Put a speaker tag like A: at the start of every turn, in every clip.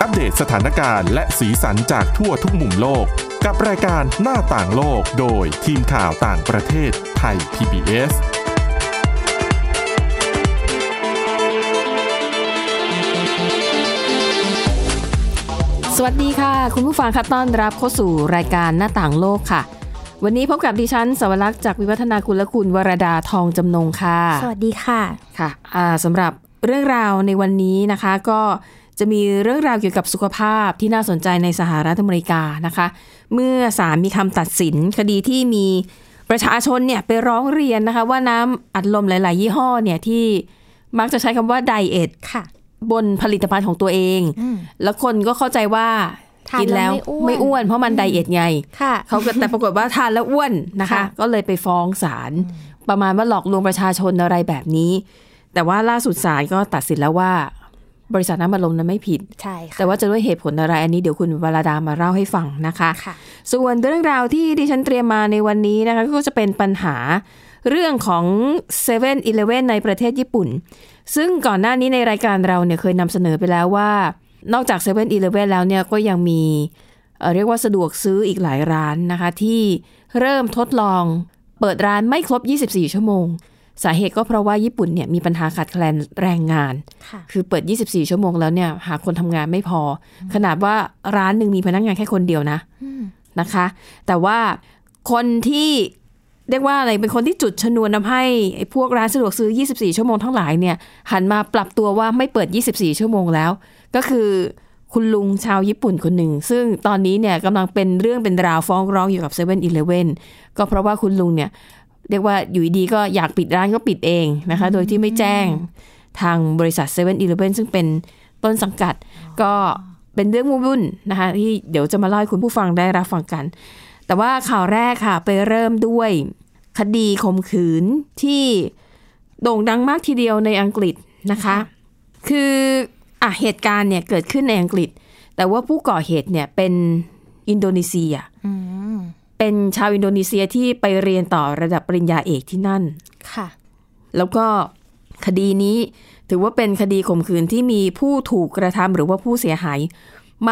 A: อัปเดตสถานการณ์และสีสันจากทั่วทุกมุมโลก กับรายการหน้าต่างโลกโดยทีมข่าวต่างประเทศไทย PBS
B: สวัสดีค่ะ คุณผู้ฟังคะต้อนรับเข้าสู่รายการหน้าต่างโลกค่ะ วันนี้พบกับดิฉันสวรักษ์จากวิวัฒนาคุณและคุณวรดาทองจำนงค่ะ
C: สวัสดีค่ะ
B: ค่ะอ่าสำหรับเรื่องราวในวันนี้นะคะ ก็จะมีเรื่องราวเกี่ยวกับสุขภาพที่น่าสนใจในสหรัฐอเมริกานะคะ เมื่อศาลมีคำตัดสินคดีที่มีประชาชนเนี่ยไปร้องเรียนนะคะ ว่าน้ำอัดลมหลาย ๆ ยี่ห้อเนี่ยที่มักจะใช้คำว่าไดเอท
C: ค่ะ
B: บนผลิตภัณฑ์ของตัวเอง แล้วคนก็เข้าใจว่า
C: ทาน
B: กินแล้ว
C: แล้วไม่
B: ไม่
C: อ้
B: อ้ว
C: วน น
B: เพราะมันไดเอทไง
C: ค่ะ
B: เขาก็แต่ปรากฏว่าทานแล้วอ้วนนะคะ
C: ค่ะ
B: ก็เลยไปฟ้องศาลประมาณว่าหลอกลวงประชาชนอะไรแบบนี้ แต่ว่าล่าสุดศาลก็ตัดสินแล้วว่า บริษัทน้ำบัลลมนั้นไม่ผิด
C: ใช่
B: แต่ว่าจะด้วยเหตุผลอะไรอันนี้เดี๋ยวคุณวราดามาเล่าให้ฟังนะคะ
C: ค่ะ
B: ส่วนเรื่องราวที่ดิฉันเตรียมมาในวันนี้นะคะ ก็จะเป็นปัญหาเรื่องของ7 e เ e ่ e อในประเทศญี่ปุ่น ซึ่งก่อนหน้านี้ในรายการเราเนี่ยเคยนำเสนอไปแล้วว่า นอกจาก7 e เ e ่ e อแล้วเนี่ยก็ยังมีเอ่อเรียกว่าสะดวกซื้ออีกหลายร้านนะคะ ที่เริ่มทดลองเปิดร้านไม่ครบ 24 ชั่วโมง สาเหตุก็เพราะว่าญี่ปุ่นเนี่ยมีปัญหาขาดแคลนแรงงาน
C: ค่ะ
B: คือเปิด 24 ชั่วโมงแล้วเนี่ยหาคนทำงานไม่พอ ขนาดว่าร้านหนึ่งมีพนักงานแค่คนเดียวนะ นะคะ แต่ว่าคนที่เรียกว่าอะไรเป็นคนที่จุดชนวนทำให้ไอ้พวกร้านสะดวกซื้อ 24 ชั่วโมงทั้งหลายเนี่ยหันมาปรับตัวว่าไม่เปิด 24 ชั่วโมงแล้ว ก็คือคุณลุงชาวญี่ปุ่นคนหนึ่ง ซึ่งตอนนี้เนี่ยกำลังเป็นเรื่องเป็นราวฟ้องร้องอยู่กับ7 e เ e ่ e อก็เพราะว่าคุณลุงเนี่ยเรียกว่าอยู่ดีๆก็อยากปิดร้านก็ปิดเองนะคะ โดยที่ไม่แจ้งทางบริษัท7 e เ e ่ e ซึ่งเป็นต้นสังกัดก็เป็นเรื่องวุ่นๆนะคะที่เดี๋ยวจะมาเล่าให้คุณผู้ฟังได้รับฟังกัน แต่ว่าข่าวแรกค่ะ ไปเริ่มด้วยคดีข่มขืนที่โด่งดังมากทีเดียวในอังกฤษนะคะ คืออ่ะเหตุการณ์เนี่ยเกิดขึ้นในอังกฤษ แต่ว่าผู้ก่อเหตุเนี่ยเป็นอินโดนีเซีย
C: อืม
B: เป็นชาวอินโดนีเซียที่ไปเรียนต่อระดับปริญญาเอกที่นั่น
C: ค่ะ
B: แล้วก็คดีนี้ถือว่าเป็นคดีข่มขืนที่มีผู้ถูกกระทำหรือว่าผู้เสียหาย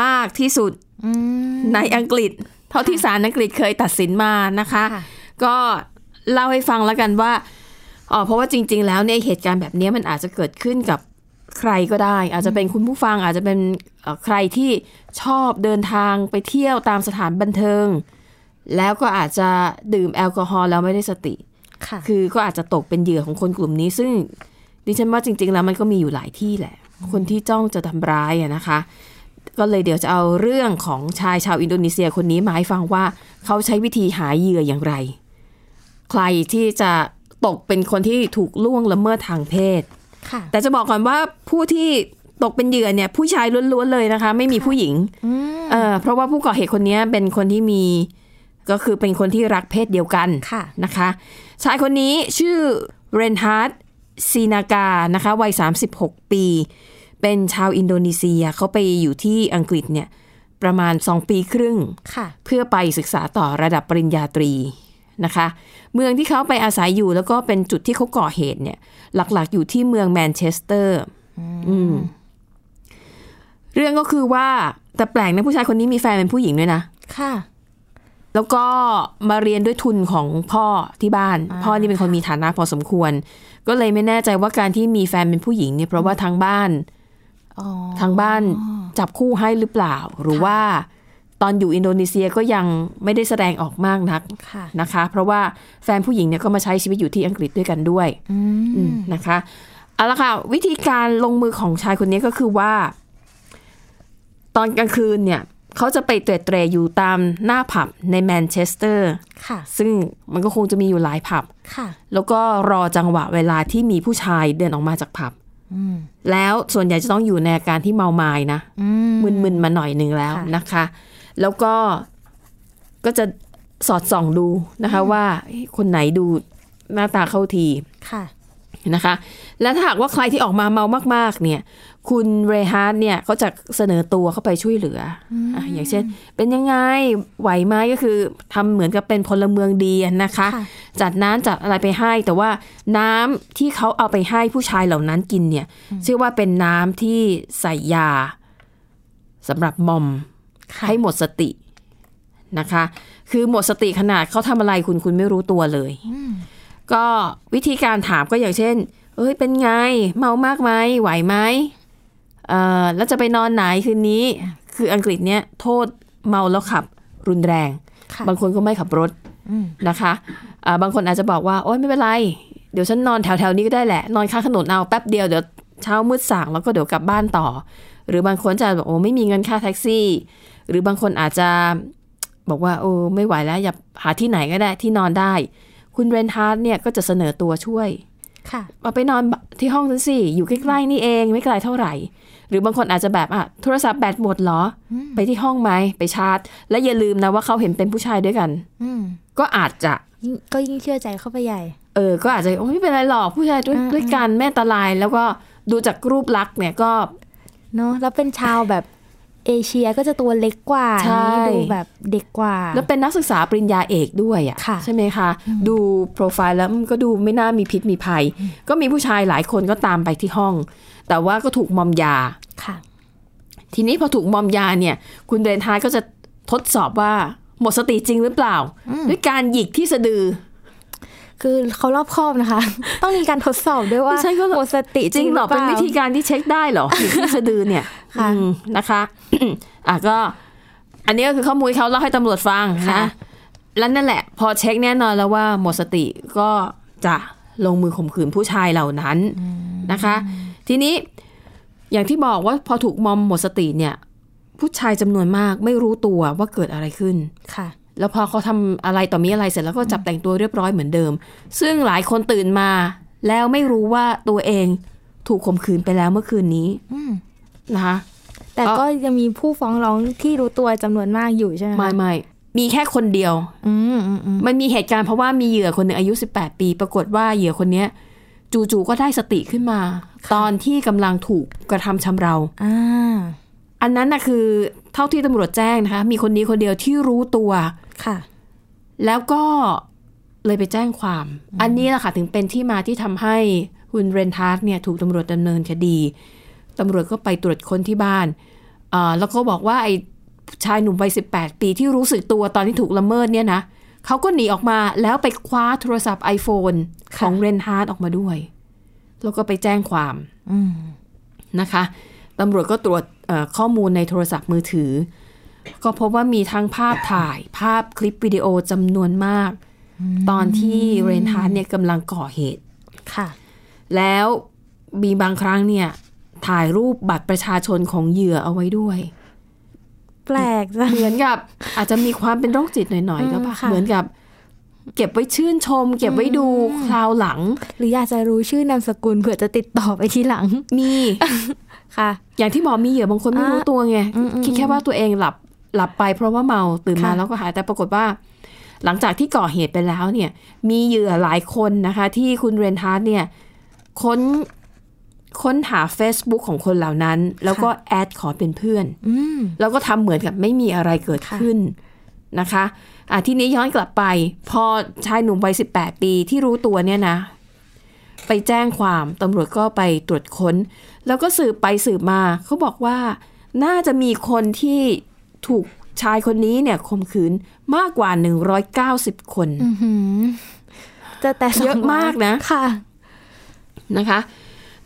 B: มากที่สุด
C: อืม
B: ในอังกฤษ เท่าที่ศาลอังกฤษเคยตัดสินมานะคะ
C: ค่ะ
B: ก็เล่าให้ฟังแล้วกันว่าอ๋อเพราะว่าจริง ๆ แล้วเนี่ยเหตุการณ์แบบเนี้ยมันอาจจะเกิดขึ้นกับใครก็ได้ อาจจะเป็นคุณผู้ฟังอาจจะเป็นเอ่อใครที่ชอบเดินทางไปเที่ยวตามสถานบันเทิง แล้วก็อาจจะดื่มแอลกอฮอล์แล้วไม่ได้สติ
C: ค่ะ
B: คือก็อาจจะตกเป็นเหยื่อของคนกลุ่มนี้ซึ่งดิฉันว่าจริง ๆ แล้วมันก็มีอยู่หลายที่แหละ คนที่จ้องจะทำร้ายอะนะคะ ก็เลยเดี๋ยวจะเอาเรื่องของชายชาวอินโดนีเซียคนนี้มาให้ฟังว่าเขาใช้วิธีหาเหยื่ออย่างไร ใครที่จะตกเป็นคนที่ถูกล่วงละเมิดทางเพศ
C: ค่ะ
B: แต่จะบอกก่อนว่าผู้ที่ตกเป็นเหยื่อเนี่ยผู้ชายล้วนๆเลยนะคะ ไม่มีผู้หญิงเออเพราะว่าผู้ก่อเหตุคนนี้เป็นคนที่มีก็คือเป็นคนที่รักเพศเดียวกัน
C: ค่ะ
B: นะคะ ชายคนนี้ชื่อเรนฮาร์ดซีนากานะคะวัย 36 ปี เป็นชาวอินโดนีเซียเขาไปอยู่ที่อังกฤษเนี่ยประมาณ 2 ปีครึ่ง
C: ค่ะ
B: เพื่อไปศึกษาต่อระดับปริญญาตรีนะคะ เมืองที่เขาไปอาศัยอยู่แล้วก็เป็นจุดที่เขาก่อเหตุเนี่ย หลักๆอยู่ที่เมืองแมนเชสเตอร์อืมเรื่องก็คือว่าแต่แปลกนะผู้ชายคนนี้มีแฟนเป็นผู้หญิงด้วยนะ
C: ค่ะ
B: แล้วก็มาเรียนด้วยทุนของพ่อที่บ้าน พ่อนี่เป็นคนมีฐานะพอสมควร ก็เลยไม่แน่ใจว่าการที่มีแฟนเป็นผู้หญิงเนี่ยเพราะว่าทางบ้าน
C: อ๋อ
B: ทางบ้านจับคู่ให้หรือเปล่า หรือว่าตอนอยู่อินโดนีเซียก็ยังไม่ได้แสดงออกมากนัก
C: ค่ะ
B: นะคะ เพราะว่าแฟนผู้หญิงเนี่ยก็มาใช้ชีวิตอยู่ที่อังกฤษด้วยกันด้วยอืมนะคะเอาละค่ะวิธีการลงมือของชายคนนี้ก็คือว่า ตอนกลางคืนเนี่ยเขาจะไปเตร่เตรอยู่ตามหน้าผับในแมนเชสเตอร์
C: ค่ะ
B: ซึ่งมันก็คงจะมีอยู่หลายผับ
C: ค่ะ
B: แล้วก็รอจังหวะเวลาที่มีผู้ชายเดินออกมาจากผับแล้วส่วนใหญ่จะต้องอยู่ในอาการที่เมาไม้นะมึนๆมาหน่อยหนึ่งแล้วนะคะ แล้วก็ก็จะสอดส่องดูนะคะ ว่าเอ๊ะคนไหนดูหน้าตาเข้าที
C: ค่ะ
B: นะคะ และถ้าหากว่าใครที่ออกมาเมามาก ๆ เนี่ย คุณเรฮาร์ดเนี่ยเขาจะเสนอตัวเข้าไปช่วยเหลืออ่ะอย่างเช่น เป็นยังไง ไหวไหมก็คือทำเหมือนกับเป็นพลเมืองดีนะคะ
C: ค่ะ
B: จัดน้ำจัดอะไรไปให้ แต่ว่าน้ำที่เขาเอาไปให้ผู้ชายเหล่านั้นกินเนี่ย เชื่อว่าเป็นน้ำที่ใส่ยา สำหรับมอม
C: ค่ะ
B: ให้หมดสตินะคะ คือหมดสติขนาดเขาทำอะไรคุณคุณไม่รู้ตัวเลย
C: อืม
B: ก็วิธีการถามก็อย่างเช่น เอ้ยเป็นไง เมามากไหมไหวไหมเอ่อแล้วจะไปนอนไหนคืนนี้ คืออังกฤษเนี้ยโทษเมาแล้วขับรุนแรง
C: ค่ะ
B: บางคนก็ไม่ขับรถ
C: อืม
B: นะคะอ่าบางคนอาจจะบอกว่า โอ๊ยไม่เป็นไร เดี๋ยวฉันนอนแถวๆนี้ก็ได้แหละ นอนข้างถนนเอาแป๊บเดียวเดี๋ยวเช้ามืดสางแล้วก็เดี๋ยวกลับบ้านต่อ หรือบางคนจะบอกโอ้ไม่มีเงินค่าแท็กซี่ หรือบางคนอาจจะบอกว่าโอ้ไม่ไหวแล้วอยากหาที่ไหนก็ได้ที่นอนได้ คุณเรนฮาร์ดเนี่ยก็จะเสนอตัวช่วย
C: ค่ะ
B: มาไปนอนที่ห้องนั้นสิ อยู่ใกล้ๆนี่เองไม่ไกลเท่าไหร่ หรือบางคนอาจจะแบบอ่ะโทรศัพท์แบตหมดเหรอ
C: อืม
B: ไปที่ห้องไหมไปชาร์จ และอย่าลืมนะว่าเขาเห็นเป็นผู้ชายด้วยกัน
C: อืม
B: ก็อาจจะ
C: ยิ่งก็ยิ่งเชื่อใจเข้าไปใหญ่
B: เออก็อาจจะโอ้ไม่เป็นไรหรอกผู้ชายด้วย
C: อืม
B: ด้วยกันแม่อันตราย แล้วก็ดูจากรูปลักษณ์เนี่ยก็
C: เนาะแล้วเป็นชาวแบบเอเชียก็จะตัวเล็กกว่า
B: ใช่
C: นี่ดูแบบเด็กกว่า
B: แล้วเป็นนักศึกษาปริญญาเอกด้วยอ่ะ
C: ค่ะ
B: ใช่ไหมคะดูโปรไฟล์แล้วมันก็ดูไม่น่ามีพิษมีภัย ก็มีผู้ชายหลายคนก็ตามไปที่ห้อง แต่ว่าก็ถูกมอมยา
C: ค่ะ
B: ทีนี้พอถูกมอมยาเนี่ย คุณเดนทาร์ก็จะทดสอบว่าหมดสติจริงหรือเปล่า ด้วยการหยิกที่สะดือ
C: คือเขารอบคอบนะคะ ต้องมีการทดสอบด้วยว่า
B: ดิฉันก็
C: หมดสติ
B: จ
C: จ
B: ริ
C: ริ
B: ง
C: ง
B: เหรอ
C: ป
B: เป็น
C: ล่า
B: วิธีการที่เช็คได้เหรอหยิกที่สะดือเนี่ย
C: ค่ะ
B: อืมนะคะ อ่ะก็ อันนี้ก็คือข้อมูลเขาเล่าให้ตำรวจฟัง
C: ค่ะ
B: นะแล้วนั่นแหละ พอเช็คแน่นอนแล้วว่าหมดสติก็จะลงมือข่มขืนผู้ชายเหล่านั้นนะคะ ทีนี้อย่างที่บอกว่าพอถูกมอมหมดสติเนี่ย ผู้ชายจำนวนมากไม่รู้ตัวว่าเกิดอะไรขึ้น
C: ค่ะ
B: แล้วพอเขาทำอะไรต่อมีอะไรเสร็จแล้วก็จับแต่งตัวเรียบร้อยเหมือนเดิม ซึ่งหลายคนตื่นมา แล้วไม่รู้ว่าตัวเองถูกข่มขืนไปแล้วเมื่อคืนนี้
C: อืม
B: นะคะ
C: แต่
B: เอ่อ
C: ก็ยังมีผู้ฟ้องร้องที่รู้ตัวจำนวนมากอยู่ใช่ไหมคะ
B: ไม่ไม่มีแค่คนเดียว
C: อืมอืมอืม
B: มันมีเหตุการณ์เพราะว่ามีเหยื่อคนหนึ่งอายุ 18 ปี ปรากฏว่าเหยื่อคนเนี้ยจู่ๆก็ได้สติขึ้นมา ตอนที่กำลังถูกกระทำชำเรา
C: อ่า
B: อันนั้นนะคือเท่าที่ตำรวจแจ้งนะคะ มีคนนี้คนเดียวที่รู้ตัว
C: ค่ะ
B: แล้วก็เลยไปแจ้งความ อันนี้แหละค่ะถึงเป็นที่มาที่ทำให้คุณเรนทาร์ตเนี่ยถูกตำรวจดำเนินคดีตำรวจก็ไปตรวจค้นที่บ้านเอ่อแล้วก็บอกว่าไอ้ชายหนุ่มวัย18 ปีที่รู้สึกตัวตอนที่ถูกละเมิดเนี่ยนะเขาก็หนีออกมาแล้วไปคว้าโทรศัพท์ iPhone
C: ค่ะ
B: ของเรนทาร์ตออกมาด้วย แล้วก็ไปแจ้งความ
C: อืม
B: นะคะตำรวจก็ตรวจเอ่อข้อมูลในโทรศัพท์มือถือ ก็พบว่ามีทั้งภาพ ถ่าย ภาพคลิปวิดีโอจำนวนมาก ตอนที่เรนฮาร์ดเนี่ยกำลังก่อเหตุ
C: ค่ะ
B: แล้วมีบางครั้งเนี่ย ถ่ายรูปบัตรประชาชนของเหยื่อเอาไว้ด้วย
C: แปล กจัง
B: เหมือนกับอาจจะมีความเป็นโรคจิตหน่อยๆแล้วป่ะ
C: อืมค่ะ
B: เหมือนกับ เก็บไว้ชื่นชม เก็บไว้ดูคราวหลัง
C: หรืออยากจะรู้ชื่อนามสกุลเผื่อจะติดต่อไปทีหลัง
B: มี
C: ค่ะ
B: อย่างที่บอกมีเหยื่อบางคนไม่รู้ตัวไง
C: อืมอืม
B: คิดแค่ว่าตัวเองหลับหลับไปเพราะว่าเมาตื่นมา
C: ค่ะ
B: แล้วก็หายแต่ปรากฏว่า หลังจากที่ก่อเหตุไปแล้วเนี่ย มีเหยื่อหลายคนนะคะ ที่คุณเรนทาร์ตเนี่ยค้นค้นหา Facebook ของคนเหล่านั้น แล้วก็แอดขอเป็นเพื่อน
C: อืม
B: แล้วก็ทำเหมือนกับไม่มีอะไรเกิด
C: ค่ะ
B: ขึ้นนะคะอ่ะทีนี้ย้อนกลับไป พอชายหนุ่มวัย18 ปีที่รู้ตัวเนี่ยนะ ไปแจ้งความตำรวจก็ไปตรวจค้น แล้วก็สืบไปสืบมาเขาบอกว่าน่าจะมีคนที่ถูกชายคนนี้เนี่ยข่มขืนมากกว่า 190 คน
C: อื้อหือจะแต่สง
B: เยอะมากนะ
C: ค่ะ
B: นะคะ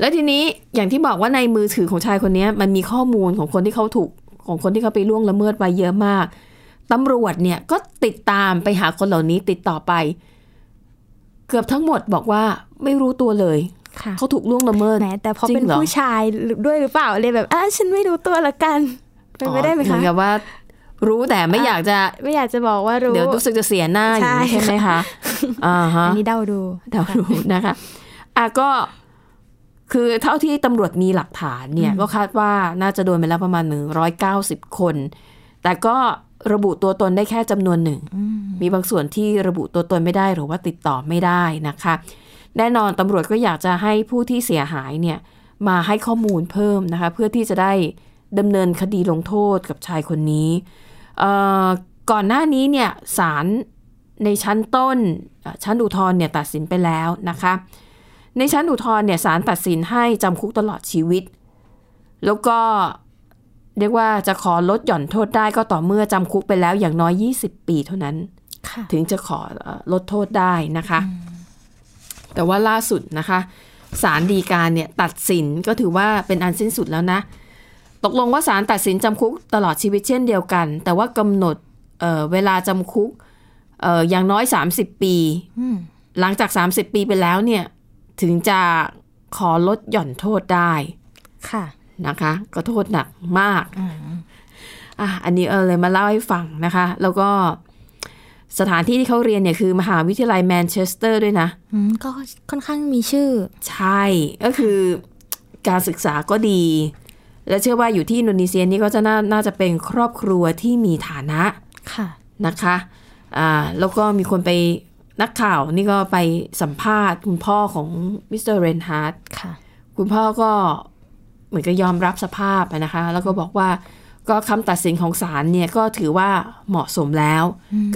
B: แล้วทีนี้อย่างที่บอกว่าในมือถือของชายคนเนี้ยมันมีข้อมูลของคนที่เขาถูกของคนที่เขาไปล่วงละเมิดไว้เยอะมากตำรวจเนี่ยก็ติดตามไปหาคนเหล่านี้ติดต่อไป เกือบทั้งหมดบอกว่าไม่รู้ตัวเลย
C: ค่ะ
B: เขาถูกล่วงละเมิด
C: แหมแต่พอ
B: จริง
C: เป็น
B: เหรอ
C: ผู้ชายหรือด้วยหรือเปล่าเลยแบบอ่ะฉันไม่รู้ตัวละกัน เป็นไปได้ไหม
B: อ๋อเหมือ
C: คะ
B: นกับว่า รู้แต่ไม่
C: อ่ะ
B: อยากจะ
C: ไม่อยากจะบอกว่ารู้
B: เดี๋ยวรู้สึกจะเสียหน้าอย่างนี้
C: ใช่
B: ใช่ไหมคะอ่าฮะ
C: อันนี้เดาดู
B: เดาดู นะคะอ่ะก็คือเท่าที่ตำรวจมีหลักฐานเนี่ย ก็คาดว่าน่าจะโดนไปแล้วประมาณ 190 คน แต่ก็ระบุตัวตนได้แค่จำนวนหนึ่ง มีบางส่วนที่ระบุตัวตนไม่ได้หรือว่าติดต่อไม่ได้นะคะ แน่นอนตำรวจก็อยากจะให้ผู้ที่เสียหายเนี่ย มาให้ข้อมูลเพิ่มนะคะ เพื่อที่จะได้ดำเนินคดีลงโทษกับชายคนนี้เอ่อก่อนหน้านี้เนี่ยศาล ในชั้นต้นเอ่อชั้นอุทธรณ์เนี่ยตัดสินไปแล้วนะคะ ในชั้นอุทธรณ์เนี่ยศาลตัดสินให้จำคุกตลอดชีวิต แล้วก็ เรียกว่าจะขอลดหย่อนโทษได้ก็ต่อเมื่อจำคุกไปแล้วอย่างน้อย 20 ปีเท่านั้น
C: ค่ะ
B: ถึงจะขอเอ่อลดโทษได้นะคะ แต่ว่าล่าสุดนะคะศาลฎีกาเนี่ยตัดสินก็ถือว่าเป็นอันสิ้นสุดแล้วนะ ตกลงว่าศาลตัดสินจำคุกตลอดชีวิตเช่นเดียวกัน แต่ว่ากำหนดเอ่อเวลาจำคุกเอ่ออย่างน้อย 30 ปี
C: อืม
B: หลังจาก 30 ปีไปแล้วเนี่ยถึงจะขอลดหย่อนโทษได้
C: ค่ะ
B: นะคะ ก็โทษหนักมาก
C: อืม
B: อ่ะอันนี้เออเลยมาเล่าให้ฟังนะคะ แล้วก็สถานที่ที่เขาเรียนเนี่ยคือมหาวิทยาลัยแมนเชสเตอร์ด้วยนะ
C: อืมก็ค่อนข้างมีชื่อ
B: ใช่ ก็คือการศึกษาก็ดี และเชื่อว่าอยู่ที่อินโดนีเซียนี่ก็จะน่านาจะเป็นครอบครัวที่มีฐานะ
C: ค่ะ
B: นะคะอ่าแล้วก็มีคนไปนักข่าวนี่ก็ไปสัมภาษณ์คุณพ่อของมิสเตอร์เรนฮาร์ด
C: ค่ะ
B: คุณพ่อก็เหมือนกับยอมรับสภาพอะนะคะ แล้วก็บอกว่าก็คำตัดสินของศาลเนี่ยก็ถือว่าเหมาะสมแล้ว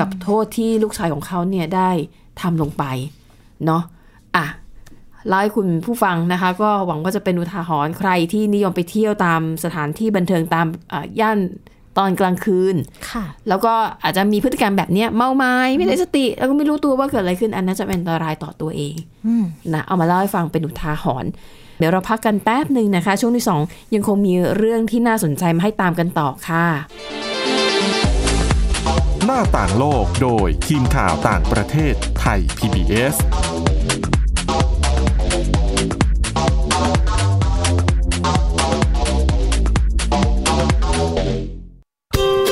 B: กับโทษที่ลูกชายของเขาเนี่ยได้ทำลงไปเนาะอ่ะเล่าให้คุณผู้ฟังนะคะ ก็หวังว่าจะเป็นอุทาหรณ์ใครที่นิยมไปเที่ยวตามสถานที่บันเทิงตามอ่ะย่านตอนกลางคืน
C: ค่ะ
B: แล้วก็อาจจะมีพฤติกรรมแบบเนี้ยเมาไม้ไม่ได้สติ แล้วก็ไม่รู้ตัวว่าเกิดอะไรขึ้นอันนั้นจะเป็นอันตรายต่อตัวเอง
C: อืม
B: นะเอามาเล่าให้ฟังเป็นอุทาหรณ์เดี๋ยวเราพักกันแป๊บหนึ่งนะคะ ช่วงที่ 2 ยังคงมีเรื่องที่น่าสนใจมาให้ตามกันต่อค่ะ
A: หน้าต่างโลกโดยทีมข่าวต่างประเทศไทย PBS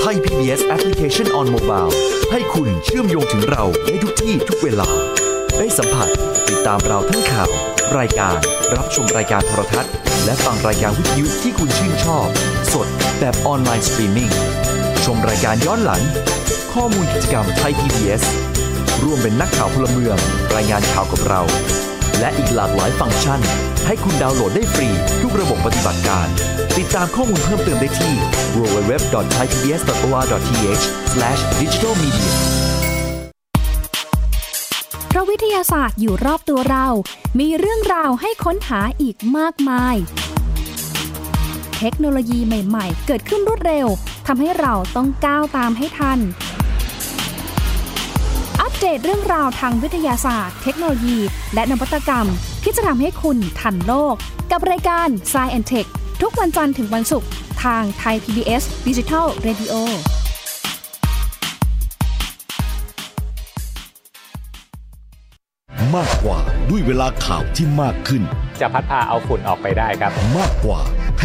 D: ไทย PBS Application on Mobile ให้คุณเชื่อมโยงถึงเราได้ทุกที่ทุกเวลา ได้สัมผัสติดตามเราทั้งข่าว รายการ รับชมรายการโทรทัศน์ และฟังรายการวิทยุที่คุณชื่นชอบ สดแบบออนไลน์สตรีมมิ่งชมรายการย้อนหลัง ข้อมูลกิจกรรมไทย PBS ร่วมเป็นนักข่าวพลเมือง รายงานข่าวกับเรา และอีกหลากหลายฟังก์ชัน ให้คุณดาวน์โหลดได้ฟรี ทุกระบบปฏิบัติการ ติดตามข้อมูลเพิ่มเติมได้ที่ www.thaipbs.or.th/digitalmedia
E: เพราะวิทยาศาสตร์อยู่รอบตัวเรา มีเรื่องราวให้ค้นหาอีกมากมาย เทคโนโลยีใหม่ๆ เกิดขึ้นรวดเร็ว ทำให้เราต้องก้าวตามให้ทัน อัปเดตเรื่องราวทางวิทยาศาสตร์ เทคโนโลยี และนวัตกรรม ที่จะทำให้คุณทันโลก กับรายการ s c i e n d Tech ทุกวันจันทร์ถึงวันศุกร์ทางไทย PBS Digital Radio
F: มากกว่าด้วยเวลาข่าวที่มากขึ้น
G: จะพัดพาเอาฝุ่นออกไปได้ครับ
F: มากกว่าให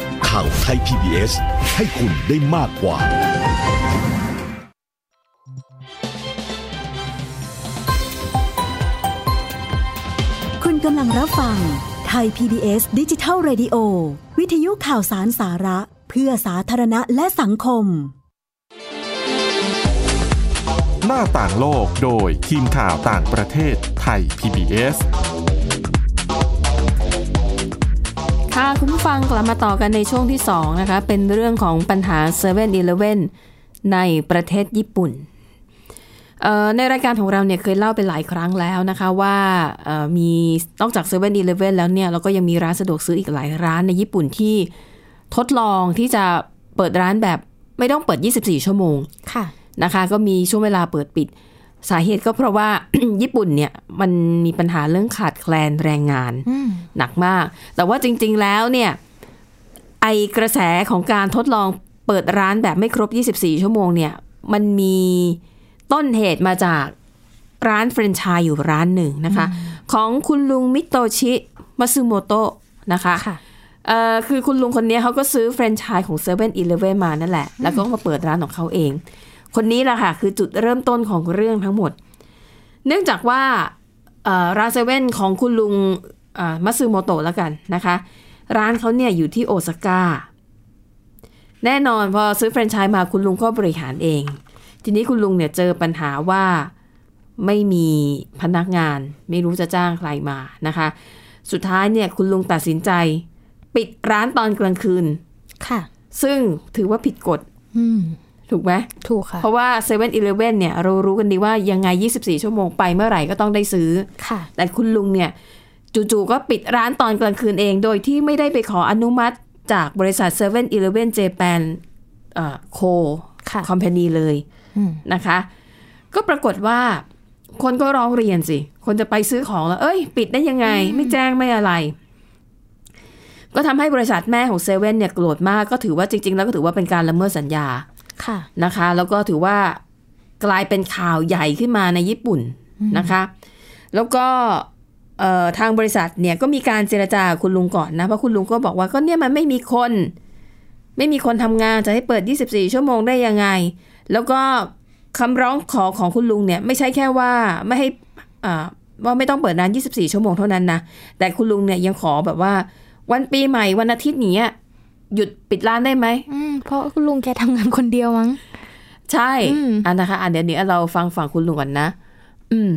F: ข่าวไทย PBS ให้คุณได้มากกว่า
H: คุณกำลังรับฟังไทย PBS ดิจิทัล Radio วิทยุข่าวสารสาระ เพื่อสาธารณะและสังคม
A: หน้าต่างโลกโดยทีมข่าวต่างประเทศไทย PBS
B: ค่ะคุณผู้ฟังกลับมาต่อกันในช่วงที่ 2 นะคะ เป็นเรื่องของปัญหา7 e เ e ่ e อในประเทศญี่ปุ่นเอ่อในรายการของเราเนี่ยเคยเล่าไปหลายครั้งแล้วนะคะว่าเอ่อมีนอกจาก7 e เ e ่ e แล้วเนี่ยเราก็ยังมีร้านสะดวกซื้ออีกหลายร้านในญี่ปุ่นที่ทดลองที่จะเปิดร้านแบบไม่ต้องเปิด 24 ชั่วโมง
C: ค่ะ
B: นะคะก็มีช่วงเวลาเปิดปิด สาเหตุก็เพราะ ว่า ญี่ปุ่นเนี่ยมันมีปัญหาเรื่องขาดแคลนแรงงาน
C: อืม
B: หนักมาก แต่ว่าจริง ๆ แล้วเนี่ยไอกระแสของการทดลองเปิดร้านแบบไม่ครบ 24 ชั่วโมงเนี่ยมันมีต้นเหตุมาจากร้านเฟรนไชส์อยู่ร้านหนึ่งนะคะ ของคุณลุงมิโตชิมาซึโมโตะนะคะ
C: ค่ะ
B: เอ่อคือคุณลุงคนนี้เขาก็ซื้อแฟรนไชส์ของ7 e เ e ่ e อมานั่นแหละ แล้วก็มาเปิดร้านของเขาเอง คนนี้แหละค่ะ คือจุดเริ่มต้นของเรื่องทั้งหมด เนื่องจากว่าเอ่อร้านเซเว่นของคุณลุงเอ่อมัตสึโมโตะแล้วกันนะคะ ร้านเขาเนี่ยอยู่ที่โอซาก้า แน่นอนพอซื้อแฟรนไชส์มาคุณลุงก็บริหารเอง ทีนี้คุณลุงเนี่ยเจอปัญหาว่าไม่มีพนักงาน ไม่รู้จะจ้างใครมานะคะ สุดท้ายเนี่ยคุณลุงตัดสินใจ ปิดร้านตอนกลางคืน
C: ค่ะ
B: ซึ่งถือว่าผิดกฎ
C: อืม
B: ถูกไหม
C: ถูกค่ะ
B: เพราะว่า7 e เ e ่ e อเนี่ยเรารู้กันดีว่ายังไง 24 ชั่วโมงไปเมื่อไหร่ก็ต้องได้ซื้อ
C: ค่ะ
B: แต่คุณลุงเนี่ยจู่ๆก็ปิดร้านตอนกลางคืนเอง โดยที่ไม่ได้ไปขออนุมัติจากบริษัท7 e เ e ่ e อ Japan เอ่อโค
C: ค่ะ
B: คอมพานีเลย
C: อืม
B: นะคะ ก็ปรากฏว่าคนก็ร้องเรียนสิ คนจะไปซื้อของแล้ว เอ้ย ปิดได้ยังไง ไม่แจ้งไม่อะไร ก็ทำให้บริษัทแม่ของเซเว่นเนี่ยโกรธมากก็ถือว่าจริง ๆ แล้วก็ถือว่าเป็นการละเมิดสัญญา
C: ค่ะ
B: นะคะแล้วก็ถือว่ากลายเป็นข่าวใหญ่ขึ้นมาในญี่ปุ่นนะคะ แล้วก็เอ่อทางบริษัทเนี่ยก็มีการเจรจากับคุณลุงก่อนนะ เพราะคุณลุงก็บอกว่าก็เนี่ยมันไม่มีคน ไม่มีคนทำงานจะให้เปิด 24 ชั่วโมงได้ยังไง แล้วก็คำร้องขอของคุณลุงเนี่ยไม่ใช่แค่ว่าไม่ให้อ่าว่าไม่ต้องเปิดร้าน 24 ชั่วโมงเท่านั้นนะแต่คุณลุงเนี่ยยังขอแบบว่าวันปีใหม่วันอาทิตย์อย่างเนี้ยหยุดปิดร้านได้ไหม
C: อืม เพราะคุณลุงแกทำงานคนเดียวมั้ง
B: ใช่
C: อืม
B: อันนะคะอันเดี๋ยวนี้เราฟังฝั่งคุณลุงก่อนนะ อืม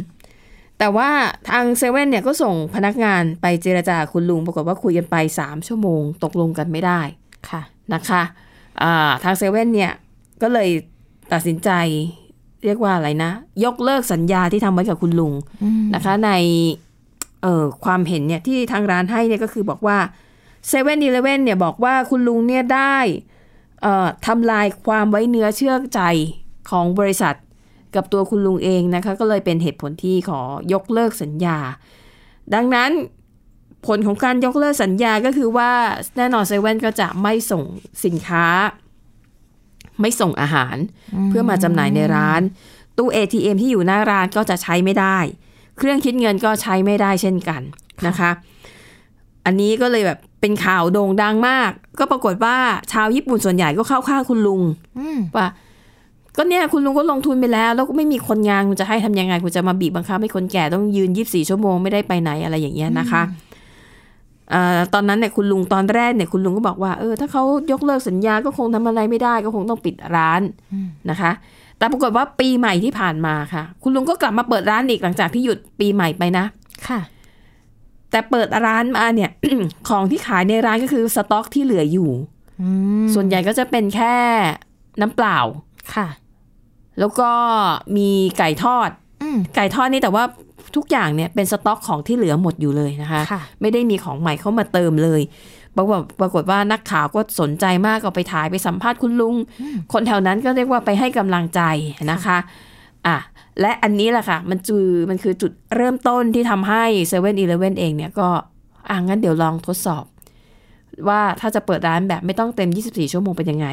B: แต่ว่าทางเซเว่นเนี่ยก็ส่งพนักงานไปเจรจาคุณลุง ปรากฏว่าคุยกันไปสามชั่วโมง ตกลงกันไม่ได้
C: ค่ะ
B: นะคะอ่าทางเซเว่นเนี่ยก็เลยตัดสินใจเรียกว่าอะไรนะ ยกเลิกสัญญาที่ทำไว้กับคุณลุงนะคะ ในเอ่อความเห็นเนี่ยที่ทางร้านให้เนี่ยก็คือบอกว่าเซเว่นอีเลเว่นเนี่ยบอกว่าคุณลุงเนี่ยได้ เอ่อทำลายความไว้เนื้อเชื่อใจของบริษัทกับตัวคุณลุงเองนะคะ ก็เลยเป็นเหตุผลที่ขอยกเลิกสัญญา ดังนั้นผลของการยกเลิกสัญญาก็คือว่าแน่นอนเซเว่นก็จะไม่ส่งสินค้า ไม่ส่งอาหาร เพื่อมาจำหน่ายในร้าน ตู้ ATM ที่อยู่หน้าร้านก็จะใช้ไม่ได้ เครื่องคิดเงินก็ใช้ไม่ได้เช่นกันนะคะ อันนี้ก็เลยแบบเป็นข่าวโด่งดังมาก ก็ปรากฏว่าชาวญี่ปุ่นส่วนใหญ่ก็เข้าข้างคุณลุง
C: อืม
B: ว่าก็เนี่ยคุณลุงก็ลงทุนไปแล้ว แล้วก็ไม่มีคนงานคุณจะให้ทำยังไงคุณจะมาบีบบังคับให้คนแก่ต้องยืนยีิบสี่ชั่วโมงไม่ได้ไปไหนอะไรอย่างเงี้ยนะคะเอ่อตอนนั้นเนี่ยคุณลุงตอนแรกเนี่ยคุณลุงก็บอกว่าเออถ้าเขายกเลิกสัญญาก็คงทำอะไรไม่ได้ก็คงต้องปิดร้านนะคะ แต่ปรากฏว่าปีใหม่ที่ผ่านมาค่ะ คุณลุงก็กลับมาเปิดร้านอีกหลังจากที่หยุดปีใหม่ไปนะ
C: ค่ะ
B: แต่เปิดร้านมาเนี่ย ของที่ขายในร้านก็คือสต็อกที่เหลืออยู่
C: อืม
B: ส่วนใหญ่ก็จะเป็นแค่น้ำเปล่า
C: ค่ะ
B: แล้วก็มีไก่ทอด
C: อืม
B: ไก่ทอดนี่แต่ว่าทุกอย่างเนี่ยเป็นสต็อกของที่เหลือหมดอยู่เลยนะคะ
C: ค่ะ
B: ไม่ได้มีของใหม่เข้ามาเติมเลยปรากฏปรากฏว่านักข่าวก็สนใจมากก็ไปถ่ายไปสัมภาษณ์คุณลุง คนแถวนั้นก็เรียกว่าไปให้กำลังใจนะคะอ่ะและอันนี้แหละค่ะ มันจือมันคือจุดเริ่มต้นที่ทำให้7 e เ e ่ e อเองเนี่ยก็อ่ะงั้นเดี๋ยวลองทดสอบ ว่าถ้าจะเปิดร้านแบบไม่ต้องเต็ม 24 ชั่วโมงเป็นยังไง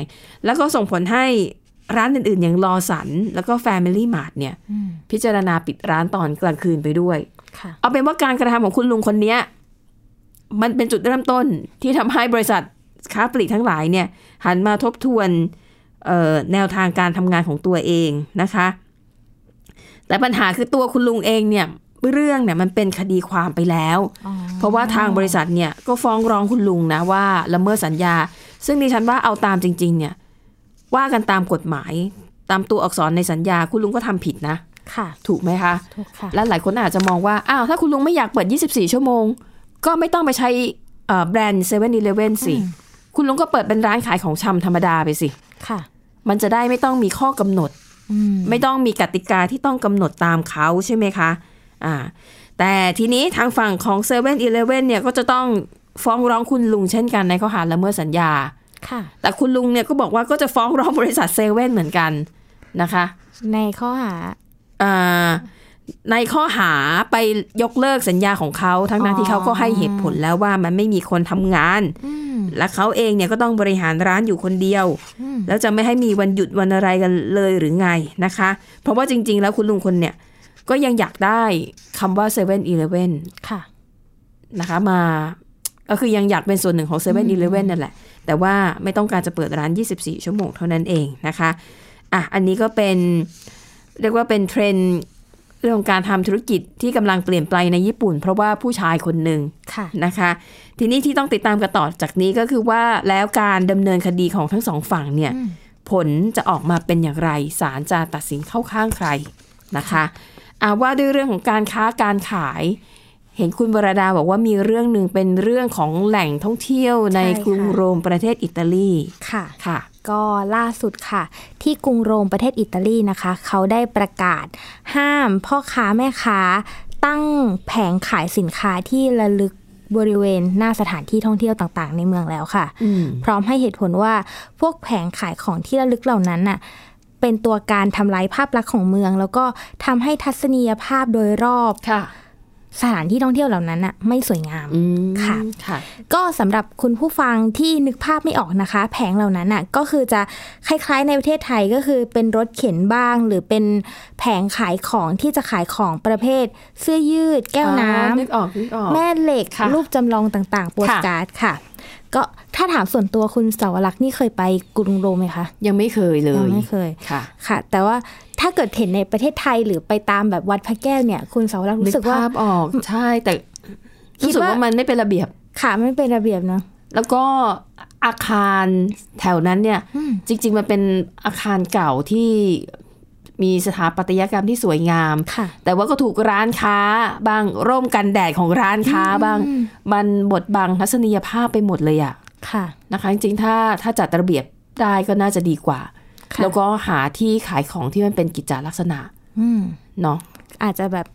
B: แล้วก็ส่งผลให้ร้านอื่นๆ อย่างลอสัน แล้วก็ Family Mart เนี่ย พิจารณาปิดร้านตอนกลางคืนไปด้วย
C: ค่ะ
B: เอาเป็นว่าการกระทำของคุณลุงคนเนี้ยมันเป็นจุดเริ่มต้นที่ทำให้บริษัทค้าปลีกทั้งหลายเนี่ย หันมาทบทวนเอ่อแนวทางการทำงานของตัวเองนะคะ แต่ปัญหาคือตัวคุณลุงเองเนี่ย เรื่องเนี่ยมันเป็นคดีความไปแล้ว เพราะว่าทางบริษัทเนี่ยก็ฟ้องร้องคุณลุงนะว่าละเมิดสัญญา ซึ่งดิฉันว่าเอาตามจริง ๆ เนี่ย ว่ากันตามกฎหมาย ตามตัวอักษรในสัญญาคุณลุงก็ทำผิดนะ
C: ค่ะ
B: ถูกไหมคะ
C: ถูกค่ะ
B: และหลายคนอาจจะมองว่า อ้าว ถ้าคุณลุงไม่อยากเปิด 24 ชั่วโมง ก็ไม่ต้องไปใช้เอ่อแบรนด์เซเว่นอีเลเว่นสิ คุณลุงก็เปิดเป็นร้านขายของชำธรรมดาไปสิ
C: ค่ะ
B: มันจะได้ไม่ต้องมีข้อกำหนด ไม่ต้องมีกติกาที่ต้องกำหนดตามเขาใช่ไหมคะอ่าแต่ทีนี้ทางฝั่งของ7 e เ e ่ e อเนี่ยก็จะต้องฟ้องร้องคุณลุงเช่นกันในข้อหาละเมิดสัญญา
C: ค่ะ
B: แต่คุณลุงเนี่ยก็บอกว่าก็จะฟ้องร้องบริษัทเซเว่นเหมือนกันนะคะ
C: ในข้อหา
B: อ่าในข้อหาไปยกเลิกสัญญาของเขาทั้งนั้นที่เขาก็ให้เหตุผลแล้วว่ามันไม่มีคนทำงาน และเขาเองเนี่ยก็ต้องบริหารร้านอยู่คนเดียว แล้วจะไม่ให้มีวันหยุดวันอะไรกันเลยหรือไงนะคะ เพราะว่าจริง ๆ แล้วคุณลุงคนเนี่ยก็ยังอยากได้คำว่า7 e เ e ่ e อ
C: ค่ะ
B: นะคะมาก็คือยังอยากเป็นส่วนหนึ่งของ7 e เ e ่ e อนั่นแหละ แต่ว่าไม่ต้องการจะเปิดร้าน 24 ชั่วโมงเท่านั้นเองนะคะอ่ะอันนี้ก็เป็น เรียกว่าเป็นเทรนด์เรื่องของการทำธุรกิจที่กำลังเปลี่ยนไปในญี่ปุ่น เพราะว่าผู้ชายคนหนึ่ง
C: ค่ะ
B: นะคะ ทีนี้ที่ต้องติดตามกันต่อจากนี้ก็คือว่าแล้วการดำเนินคดีของทั้งสองฝั่งเนี่ย ผ ผลจะออกมาเป็นอย่างไรศาลจะตัดสินเข้าข้างใครนะคะอาว่าด้วยเรื่องของการค้าการขาย เห็นคุณบรดาบอกว่ามีเรื่องหนึ่งเป็นเรื่องของแหล่งท่องเที่ยวใน
C: ใช่ค่ะ
B: กรุงโรมประเทศอิตาลี
C: ค่ะ
B: ค่ะ
C: ก็ล่าสุดค่ะ ที่กรุงโรมประเทศอิตาลีนะคะ เขาได้ประกาศ ห้ามพ่อค้าแม่ค้า ตั้งแผงขายสินค้าที่ระลึกบริเวณหน้าสถานที่ท่องเที่ยวต่างๆ ในเมืองแล้วค่ะ
B: อืม
C: พร้อมให้เหตุผลว่าพวกแผงขายของที่ระลึกเหล่านั้นน่ะเป็นตัวการทำลายภาพลักษณ์ของเมือง แล้วก็ทำให้ทัศนียภาพโดยรอบ
B: ค่ะ
C: สถานที่ท่องเที่ยวเหล่านั้นน่ะไม่สวยงาม
B: อืม
C: ค่ะ
B: ค่ะ
C: ก็สำหรับคุณผู้ฟังที่นึกภาพไม่ออกนะคะ แผงเหล่านั้นน่ะก็คือจะคล้ายๆในประเทศไทยก็คือเป็นรถเข็นบ้าง หรือเป็นแผงขายของที่จะขายของประเภท เสื้อยืด แก้วน้
B: อ๋อ
C: ำ
B: นึกออกนึกออก
C: แม่เหล็ก
B: ค่ะ
C: รูปจำลองต่างๆ โปส
B: ค่ะ
C: การ์ดค่ะ ก็ถ้าถามส่วนตัวคุณสาวรักษ์นี่เคยไปกรุงโรมไหมคะ
B: ยังไม่เคยเลย
C: ยังไม่เคย
B: ค่ะ
C: ค่ะ แต่ว่าถ้าเกิดเห็นในประเทศไทยหรือไปตามแบบวัดพระแก้วเนี่ย คุณสาวรักษ์
B: นึ
C: รู้
B: ก
C: สึกว่า
B: ภาพออกใช่แต่
C: คิดว่า
B: รู้สึกว่ามันไม่เป็นระเบียบ
C: ขาไม่เป็นระเบียบเนาะ
B: แล้วก็อาคารแถวนั้นเนี่ย
C: อืม
B: จริง ๆ มันเป็นอาคารเก่าที่มีสถาปัตยกรรมที่สวยงาม
C: ค่ะ
B: แต่ว่าก็ถูกร้านค้าบ้างร่มกันแดดของร้านค้าบ้าง
C: อืม
B: มันบดบังทัศนียภาพไปหมดเลยอะ
C: ค่ะ
B: นะคะ จริงๆถ้าถ้าจัดระเบียบได้ก็น่าจะดีกว่า
C: ค่ะ
B: แล้วก็หาที่ขายของที่มันเป็นกิจจลักษณะ
C: อืม
B: เนาะ
C: อาจจะแบบ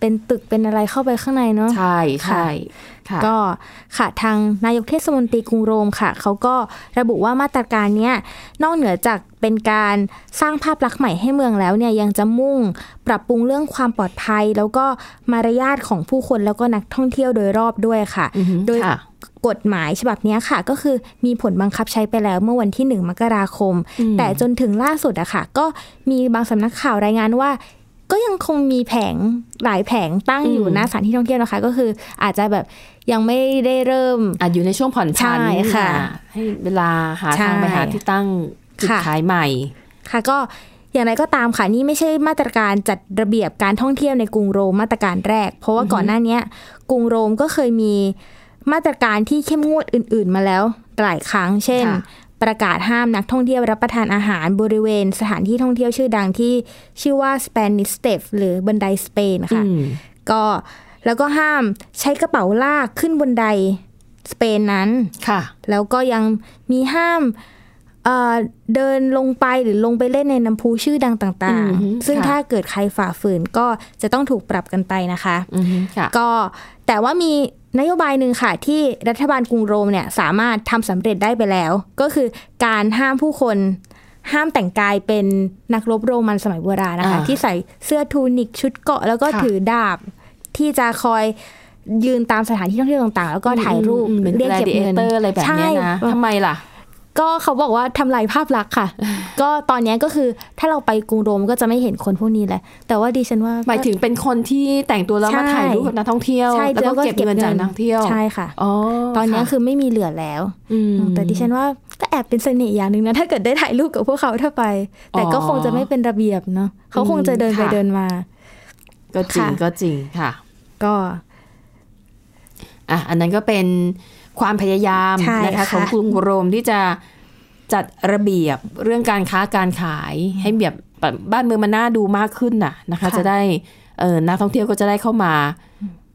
C: เป็นตึกเป็นอะไรเข้าไปข้างในเนาะ
B: ใช่ใช่ค่ะ
C: ก็ค่ะทางนายกเทศมนตรีกรุงโรมค่ะ เขาก็ระบุว่ามาตรการเนี้ยนอกเหนือจากเป็นการสร้างภาพลักษณ์ใหม่ให้เมืองแล้วเนี่ยยังจะมุ่งปรับปรุงเรื่องความปลอดภัย แล้วก็มารยาทของผู้คนแล้วก็นักท่องเที่ยวโดยรอบด้วยค่ะ
B: อือฮึ
C: โดย
B: ค่ะ
C: กฎหมายฉบับเนี้ยค่ะ ก็คือมีผลบังคับใช้ไปแล้วเมื่อวันที่ 1 มกราคม แต่จนถึงล่าสุดอะค่ะ ก็มีบางสำนักข่าวรายงานว่า ก็ยังคงมีแผงหลายแผงตั้งอยู่
B: อืม
C: หน้าสถานที่ท่องเที่ยวนะคะ ก็คืออาจจะแบบยังไม่ได้เริ่ม
B: อาจอยู่ในช่วงผ่อนผัน
C: ใช่ค่ะ
B: อ่ให้เวลาหา
C: ใช่
B: ทางไปหาที่ตั้งจุด
C: ค่ะ
B: ขายใหม่
C: ค่ะ ก็อย่างไรก็ตามค่ะนี่ไม่ใช่มาตรการจัดระเบียบการท่องเที่ยวในกรุงโรมมาตรการแรก เพราะว่าก่อนหน้าเนี้ยกรุงโรมก็เคยมีมาตรการที่เข้มงวดอื่น ๆ มาแล้วหลายครั้ง เช่น
B: ค่ะ
C: ประกาศห้ามนักท่องเที่ยวรับประทานอาหารบริเวณสถานที่ท่องเที่ยวชื่อดังที่ชื่อว่า Spanish Steps หรือบันไดสเปนค่ะ
B: อืม
C: ก็แล้วก็ห้ามใช้กระเป๋าลากขึ้นบนไดสเปนนั้น
B: ค่ะ
C: แล้วก็ยังมีห้ามเอ่อเดินลงไปหรือลงไปเล่นในน้ำพุชื่อดังต่าง
B: อือฮึ
C: ๆ ซึ่ง
B: ค่ะ
C: ถ้าเกิดใครฝ่าฝืนก็จะต้องถูกปรับกันไปนะคะ
B: อือฮึค่ะ
C: ก็แต่ว่ามีนโยบายหนึ่งค่ะ ที่รัฐบาลกรุงโรมเนี่ยสามารถทำสำเร็จได้ไปแล้ว ก็คือการห้ามผู้คนห้ามแต่งกายเป็นนักรบโรมันสมัยโบราณนะคะ
B: อ่า
C: ที่ใส่เสื้อทูนิกชุดเกราะ แล้วก็
B: ค่ะ
C: ถือดาบ ที่จะคอยยืนตามสถานที่ท่องเที่ยวต่างๆ แล้วก็ถ่ายรูป
B: อืมอืมอืมเหมือน
C: เรียกเก็บเงิน
B: gladiator อะไรแบบเนี้ยนะ
C: ใช่
B: ทำไมล่ะ
C: ก็เขาบอกว่าทำลายภาพลักษณ์ ค่ะ ก็ตอนเนี้ยก็คือถ้าเราไปกรุงโรมก็จะไม่เห็นคนพวกนี้แหละแต่ว่าดิฉันว่า
B: หมายถึงเป็นคนที่แต่งตัวแล้ว
C: ใช่
B: มาถ่ายรูปกับนักท่องเที่ยว
C: ใช่
B: แล้วก็เก็บเงินจากนักท่องเที่ยว
C: ใช่ค่ะ
B: อ๋อ
C: ตอนเนี้ย
B: ะ
C: คือไม่มีเหลือแล้ว
B: ม
C: แต่ดิฉันว่าก็แอบเป็นเสน่ห์อย่างหนึ่งนะถ้าเกิดได้ถ่ายรูปกับพวกเขาถ้าไป แต่ก็
B: อ๋อ
C: คงจะไม่เป็นระเบียบเนาะเขาคงจะเดินไป
B: ค่ะ
C: เดินมา
B: ก็จริง
C: ค่ะ
B: ก็จริงค่ะ
C: ก็
B: อ่ะอันนั้นก็เป็นความพยายาม
C: ใช่
B: นะคะข
C: ค่ะ
B: องกรุงโรมที่จะจัดระเบียบเรื่องการค้าการขายให้แบบบ้านเมืองมันน่าดูมากขึ้นน่ะนะคะ จะได้เออนักท่องเที่ยวก็จะได้เข้ามา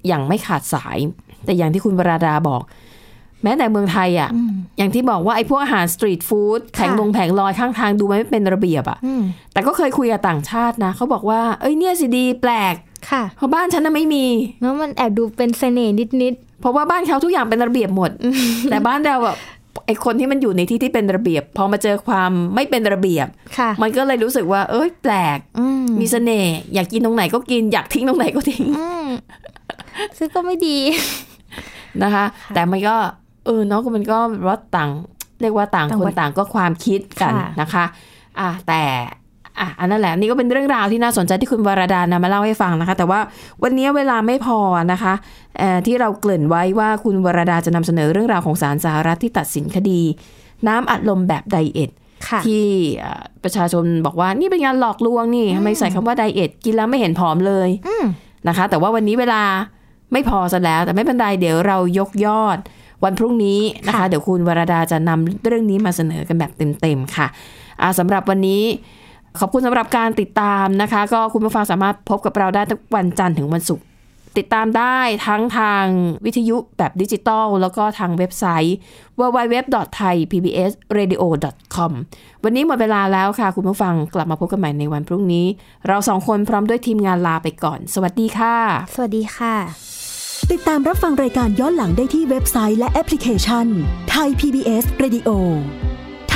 B: อย่างไม่ขาดสาย แต่อย่างที่คุณวราดาบอก แม้แต่เมืองไทยอ่ะ
C: อืม
B: อย่างที่บอกว่าไอ้พวกอาหารสตรีทฟู้ดแผง
C: ค่ะ
B: ลงแผงลอยข้างทางดูมันไม่เป็นระเบียบอะ
C: อืม
B: แต่ก็เคยคุยกับต่างชาตินะ เขาบอกว่า เอ้ยเนี่ยสิดีแปลก
C: ค่ะ
B: เพราะบ้านฉันน่ะไม่มี
C: แล้วมันแอบดูเป็นเสน่ห์นิด
B: เพราะว่าบ้านเขาทุกอย่างเป็นระเบียบหม ด แต่บ้านเราแบบไอ้คนที่มันอยู่ในที่ที่เป็นระเบียบ พอมาเจอความไม่เป็นระเบียบ
C: ๆ ค่ะ
B: มันก็เลยรู้สึกว่า เอ้ยแปลก
C: อืม
B: มีเสน่ห์อยากกินตรงไหนก็กินอยากทิ้งตรงไหนก็ทิ้ง
C: อื มซึ่งก็ไม่ดี
B: นะคะแต่มันก็เออเนาะก็มันก็ว่าต่างเรียกว่าต่าง
C: ต่าง
B: คน
C: วัฒน
B: ต่างก็ความคิดกัน
C: ค่ะ
B: นะคะอ่ะแต่อ่ะอันนั้นแหละนี่ก็เป็นเรื่องราวที่น่าสนใจที่คุณวราดานำมาเล่าให้ฟังนะคะ แต่ว่าวันนี้เวลาไม่พอนะคะเอ่อที่เราเกริ่นไว้ว่าคุณวราดาจะนำเสนอเรื่องราวของศาลสหรัฐที่ตัดสินคดี น้ำอัดลมแบบไดเอท
C: ค่ะ
B: ที่เอ่อประชาชนบอกว่านี่เป็นงานหลอกลวงนี่ทำไมใส่คำว่าไดเอทกินแล้วไม่เห็นผอมเลย
C: อืม
B: นะคะแต่ว่าวันนี้เวลาไม่พอซะแล้ว แต่ไม่เป็นไรเดี๋ยวเรายกยอดวันพรุ่งนี้นะคะ เดี๋ยวคุณวรดาจะนำเรื่องนี้มาเสนอกันแบบเต็มๆค่ะ อ่าสำหรับวันนี้ ขอบคุณสำหรับการติดตามนะคะ ก็คุณผู้ฟังสามารถพบกับเราได้ทุกวันจันทร์ถึงวันศุกร์ติดตามได้ทั้งทางวิทยุแบบดิจิตอลแล้วก็ทางเว็บไซต์ www.thaipbsradio.com วันนี้หมดเวลาแล้วค่ะ คุณผู้ฟังกลับมาพบกันใหม่ในวันพรุ่งนี้ เราสองคนพร้อมด้วยทีมงานลาไปก่อน สวัสดีค่ะ
C: สวัสดีค่ะ
E: ติดตามรับฟังรายการย้อนหลังได้ที่เว็บไซต์และแอปพลิเคชันไทย PBS Radio ไท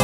E: ม